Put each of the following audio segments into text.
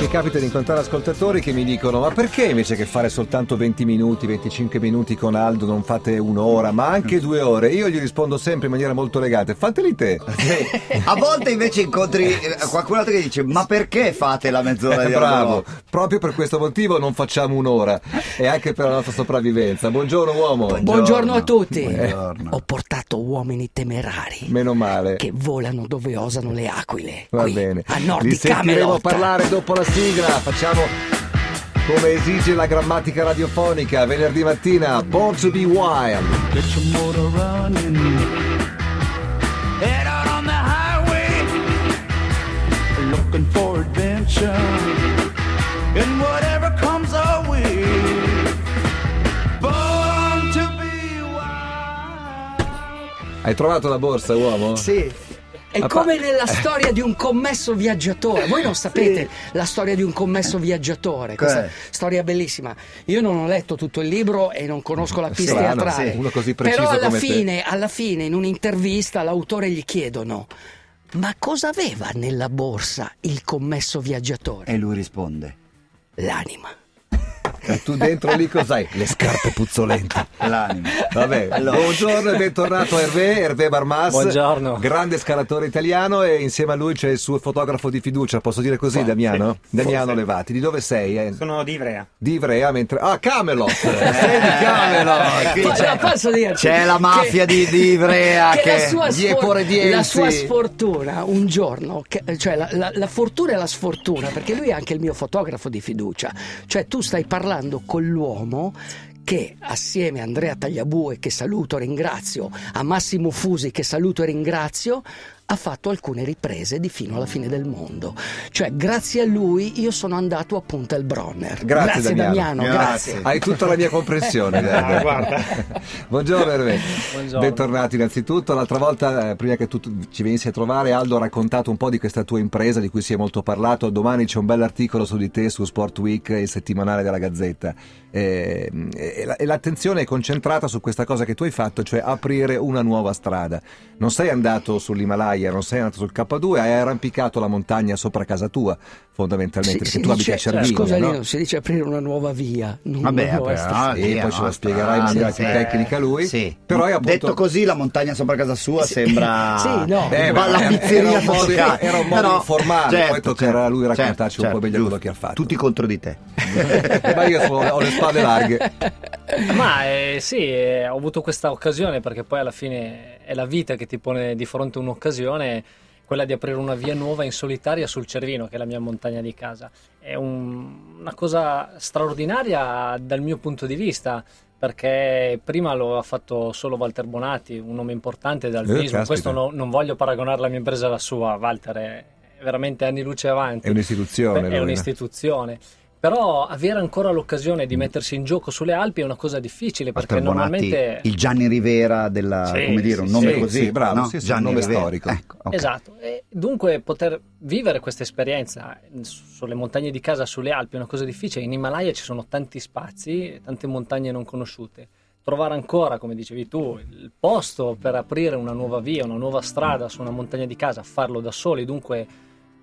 mi capita di incontrare ascoltatori che mi dicono ma perché invece che fare soltanto 20 minuti, 25 minuti con Aldo non fate un'ora, ma anche due ore? Io gli rispondo sempre in maniera molto elegante, fateli te. Sì. A volte invece incontri eh, qualcun altro che dice ma perché fate la mezz'ora Eh, di bravo, Aldo? proprio per questo motivo non facciamo un'ora e anche per la nostra sopravvivenza. Buongiorno uomo. Buongiorno a tutti. Buongiorno. Ho portato uomini temerari Meno male. che volano dove osano le aquile. Va qui, bene. A nord Li di sentiremo Camelot. parlare dopo la sigla. Facciamo come esige la grammatica radiofonica. Venerdì mattina, Born to be Wild. Get your motor running. Head out on the highway. Looking for adventure. And whatever comes our way. Born to be wild. Hai trovato la borsa, uomo? Sì, È Ah, come pa- nella storia di un commesso viaggiatore. Voi non sapete la storia di un commesso viaggiatore, Cioè? questa Eh. storia bellissima. Io non ho letto tutto il libro e non conosco la pista Strano, teatrale. sì, uno così preciso Però alla come te. fine, alla fine, in un'intervista, l'autore gli chiedono: Ma cosa aveva nella borsa il commesso viaggiatore? E lui risponde. Eh. L'anima. E tu dentro lì cos'hai? Le scarpe puzzolenti. L'anima. Vabbè, Allora. buongiorno e bentornato a Hervé, Hervé Barmas. Buongiorno. Grande scalatore italiano e insieme a lui c'è il suo fotografo di fiducia, posso dire così, Damiano? Damiano Levati, di dove sei? eh? Sono di Ivrea. Di Ivrea, mentre... Ah, Camelot! sei di Camelot! Chi Ma- c'è? ma posso dirti C'è la mafia di- di Ivrea che- la sua, gli epore di la Elsi. sua sfortuna un giorno, che- cioè la, la- la fortuna e la sfortuna, perché lui è anche il mio fotografo di fiducia. Cioè, tu stai parlando con l'uomo che assieme a Andrea Tagliabue, che saluto e ringrazio, a Massimo Fusi, che saluto e ringrazio, ha fatto alcune riprese di fino alla fine del mondo. Cioè, grazie a lui io sono andato a Punta El Bronner. Grazie, Damiano. Damiano, Grazie. grazie. Hai tutta la mia comprensione. Ah, Hervé. guarda. Buongiorno Hervé. Buongiorno. Bentornato innanzitutto. L'altra volta, eh, prima che tu tu ci venissi a trovare, Aldo ha raccontato un po' di questa tua impresa di cui si è molto parlato. Domani c'è un bell'articolo su di te su Sport Week, il settimanale della Gazzetta. Eh, e la- e l'attenzione è concentrata su questa cosa che tu hai fatto, cioè aprire una nuova strada. Non sei andato sull'Himalaya, non sei andato sul K2, hai arrampicato la montagna sopra casa tua, fondamentalmente, perché si tu abiti dice- a Cervigno. Scusa, no? Lino, si dice aprire una nuova via. non Vabbè, una nuova però, strada. E via ah, poi ce la nostra. spiegherà in maniera Sì, più sì. tecnica lui. Sì. Però hai appunto- Detto così, la montagna sopra casa sua sembra. Sì, no. Eh, Ma beh, la era- pizzeria era un modo- toscana. era un modo Però- certo, informale, poi toccherà a lui raccontarci un po' meglio quello giusto. che ha fatto. Tutti contro di te. Ma io sono- ho le spalle larghe. Ma eh, sì, eh, ho avuto questa occasione perché poi alla fine è la vita che ti pone di fronte un'occasione, quella di aprire una via nuova in solitaria sul Cervino, che è la mia montagna di casa. È un- una cosa straordinaria dal mio punto di vista. Perché prima lo ha fatto solo Walter Bonatti, un nome importante del caspita. turismo. Questo no- non voglio paragonare la mia impresa alla sua, Walter è veramente anni luce avanti. È un'istituzione. Beh, lui, è no? un'istituzione. Però avere ancora l'occasione di mettersi in gioco sulle Alpi è una cosa difficile perché Walter Bonatti, normalmente. il Gianni Rivera della Sì, come dire un sì, nome sì. così Sì, bravo, no? sì, sì, un Gianni nome Rivera. storico. Ecco, ok. Esatto, e dunque poter vivere questa esperienza eh, sulle montagne di casa, sulle Alpi, è una cosa difficile. In Himalaya ci sono tanti spazi, tante montagne non conosciute. Trovare ancora, come dicevi tu, il posto per aprire una nuova via, una nuova strada su una montagna di casa, farlo da soli, dunque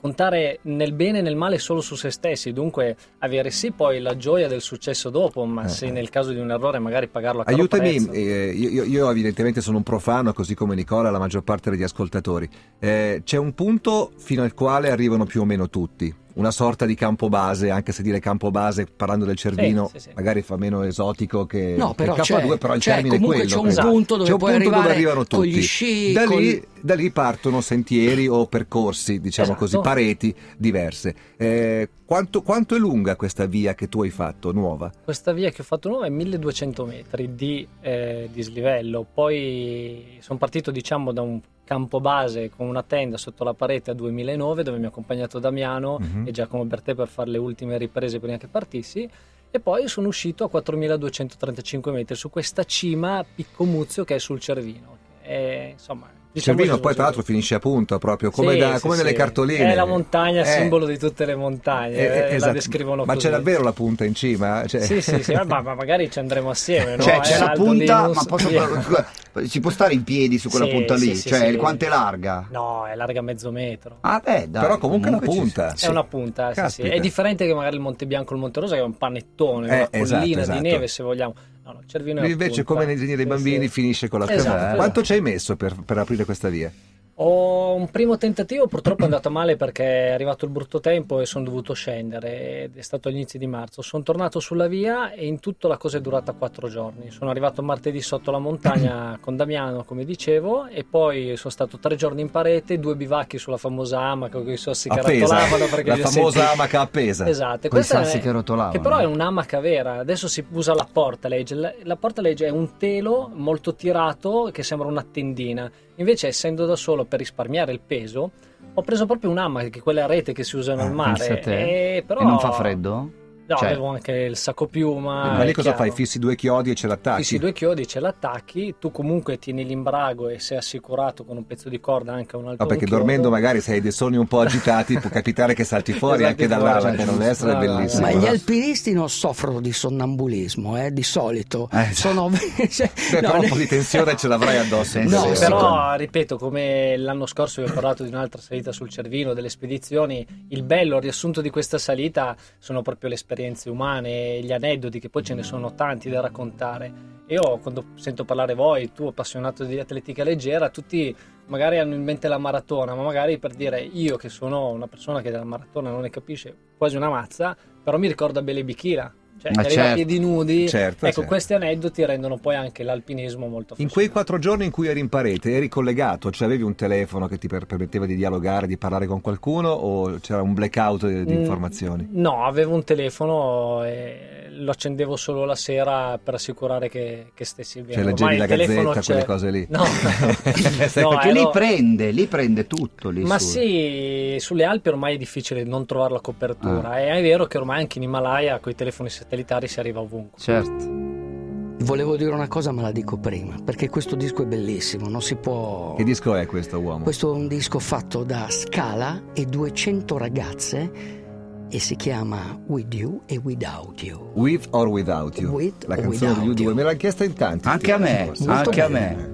contare nel bene e nel male solo su se stessi, dunque avere sì poi la gioia del successo dopo, ma Eh, eh. se nel caso di un errore magari pagarlo a caro Aiutami, prezzo. eh, io, io- io evidentemente sono un profano, così come Nicola e la maggior parte degli ascoltatori. Eh, c'è un punto fino al quale arrivano più o meno tutti, una sorta di campo base, anche se dire campo base parlando del cervino sì, sì. magari fa meno esotico che, No, che però Eh, il K2, c'è- però il c'è, termine è comunque quello. c'è un però. punto dove C'è un puoi punto dove arrivare arrivano con tutti. gli sci, da, lì, con- da lì partono sentieri o percorsi, diciamo Esatto. così, pareti diverse. Eh, quanto, quanto è lunga questa via che tu hai fatto, nuova? Questa via che ho fatto nuova è 1200 metri di eh, dislivello, poi sono partito diciamo da un campo base con una tenda sotto la parete a 2009 dove mi ha accompagnato Damiano Mhm. e Giacomo Bertè per fare le ultime riprese prima che partissi e poi sono uscito a 4235 metri su questa cima Piccomuzio Diciamo che è sul Cervino. E, insomma, Cervino poi tra l'altro finisce a punto proprio come, Sì, da- sì, come sì. nelle cartoline. È la montagna, Eh, simbolo di tutte le montagne. eh, eh, eh, La esatto. descrivono Ma così. c'è davvero la punta in cima? Cioè- Sì, sì, sì, ma, ma magari ci andremo assieme. No? Cioè, c'è la Aldo punta, Linus. ma posso Via. scusa, si può stare in piedi su quella Sì, punta sì, lì? sì, cioè, sì. quanto è larga? No, è larga mezzo metro. Ah, beh, dai. Però comunque, la ci- punta. È una punta, sì, sì. Caspita. È differente che magari il Monte Bianco e il Monte Rosa, che è un panettone, Eh, una esatto, collina esatto. di neve, se vogliamo. No, no, Cervino è Lui una invece punta. come nei disegni dei Sì, bambini sì. finisce con la Esatto, punta. esatto. Quanto ci hai messo per, per aprire questa via? Ho un primo tentativo, purtroppo è andato male perché è arrivato il brutto tempo e sono dovuto scendere. ed È stato all'inizio di marzo. Sono tornato sulla via e in tutto la cosa è durata quattro giorni. Sono arrivato martedì sotto la montagna con Damiano, come dicevo, e poi sono stato tre giorni in parete, due bivacchi sulla famosa amaca con i sassi che Appesa. rattolavano perché La li ho famosa sentiti. amaca appesa. Esatto, e Quei questa sassi è- che rotolavano. che però è un'amaca vera. Adesso si usa la portalage. La, la portalage è un telo molto tirato che sembra una tendina. Invece, essendo da solo per risparmiare il peso, ho preso proprio un'amaca, che è quella a rete che si usa Ah, nel Pensa mare. a te. E, però... E non fa freddo? No, Cioè- avevo anche il sacco piuma. Ma lì Ah, è cosa chiaro. fai? Fissi due chiodi e ce l'attacchi? Fissi due chiodi, ce l'attacchi, tu comunque tieni l'imbrago e sei assicurato con un pezzo di corda anche un altro No, perché un chiodo. dormendo magari se hai dei sonni un po' agitati può capitare che salti fuori Esatto, anche fuori, dall'amaca, non giusto. deve essere No, no, no. bellissimo. Ma gli no? alpinisti non soffrono di sonnambulismo, eh, di solito. Eh, Sono... cioè, Beh, no, però un ne- po' di tensione ce l'avrai addosso. in quella No, No, via. Eh, sì, però ripeto, come l'anno scorso vi ho parlato di un'altra salita sul Cervino, delle spedizioni, il bello il riassunto di questa salita sono proprio le esperienze umane, gli aneddoti, che poi ce ne sono tanti da raccontare. Io quando sento parlare voi, tu appassionato di atletica leggera, tutti magari hanno in mente la maratona, ma magari per dire io che sono una persona che della maratona non ne capisce quasi una mazza, però mi ricorda Bele Bichila. Cioè, Ma che arriva a certo. piedi nudi. Certo, ecco, certo. questi aneddoti rendono poi anche l'alpinismo molto In quei affascinante. quattro giorni in cui eri in parete, eri collegato, cioè avevi un telefono che ti per- permetteva di dialogare, di parlare con qualcuno o c'era un blackout di, di Mm, informazioni? No, avevo un telefono e lo accendevo solo la sera per assicurare che, che stessi bene. Cioè leggevi Eh, Ormai la il telefono gazzetta, quelle c'è. cose lì? No, Sai, no, Perché ero- lì prende, lì prende tutto. Lì Ma su. sì, sulle Alpi ormai è difficile non trovare la copertura. Ah. E è vero che ormai anche in Himalaya con i telefoni satellitari si arriva ovunque. Certo. Volevo dire una cosa, ma la dico prima, perché questo disco è bellissimo, non si può... Che disco è questo uomo? Questo è un disco fatto da Scala e 200 ragazze e si chiama With You e Without You. With or Without You? With la or canzone Without degli U2 You. me l'hanno chiesta in tanti. Anche a me, Forse. Molto anche a bene. me.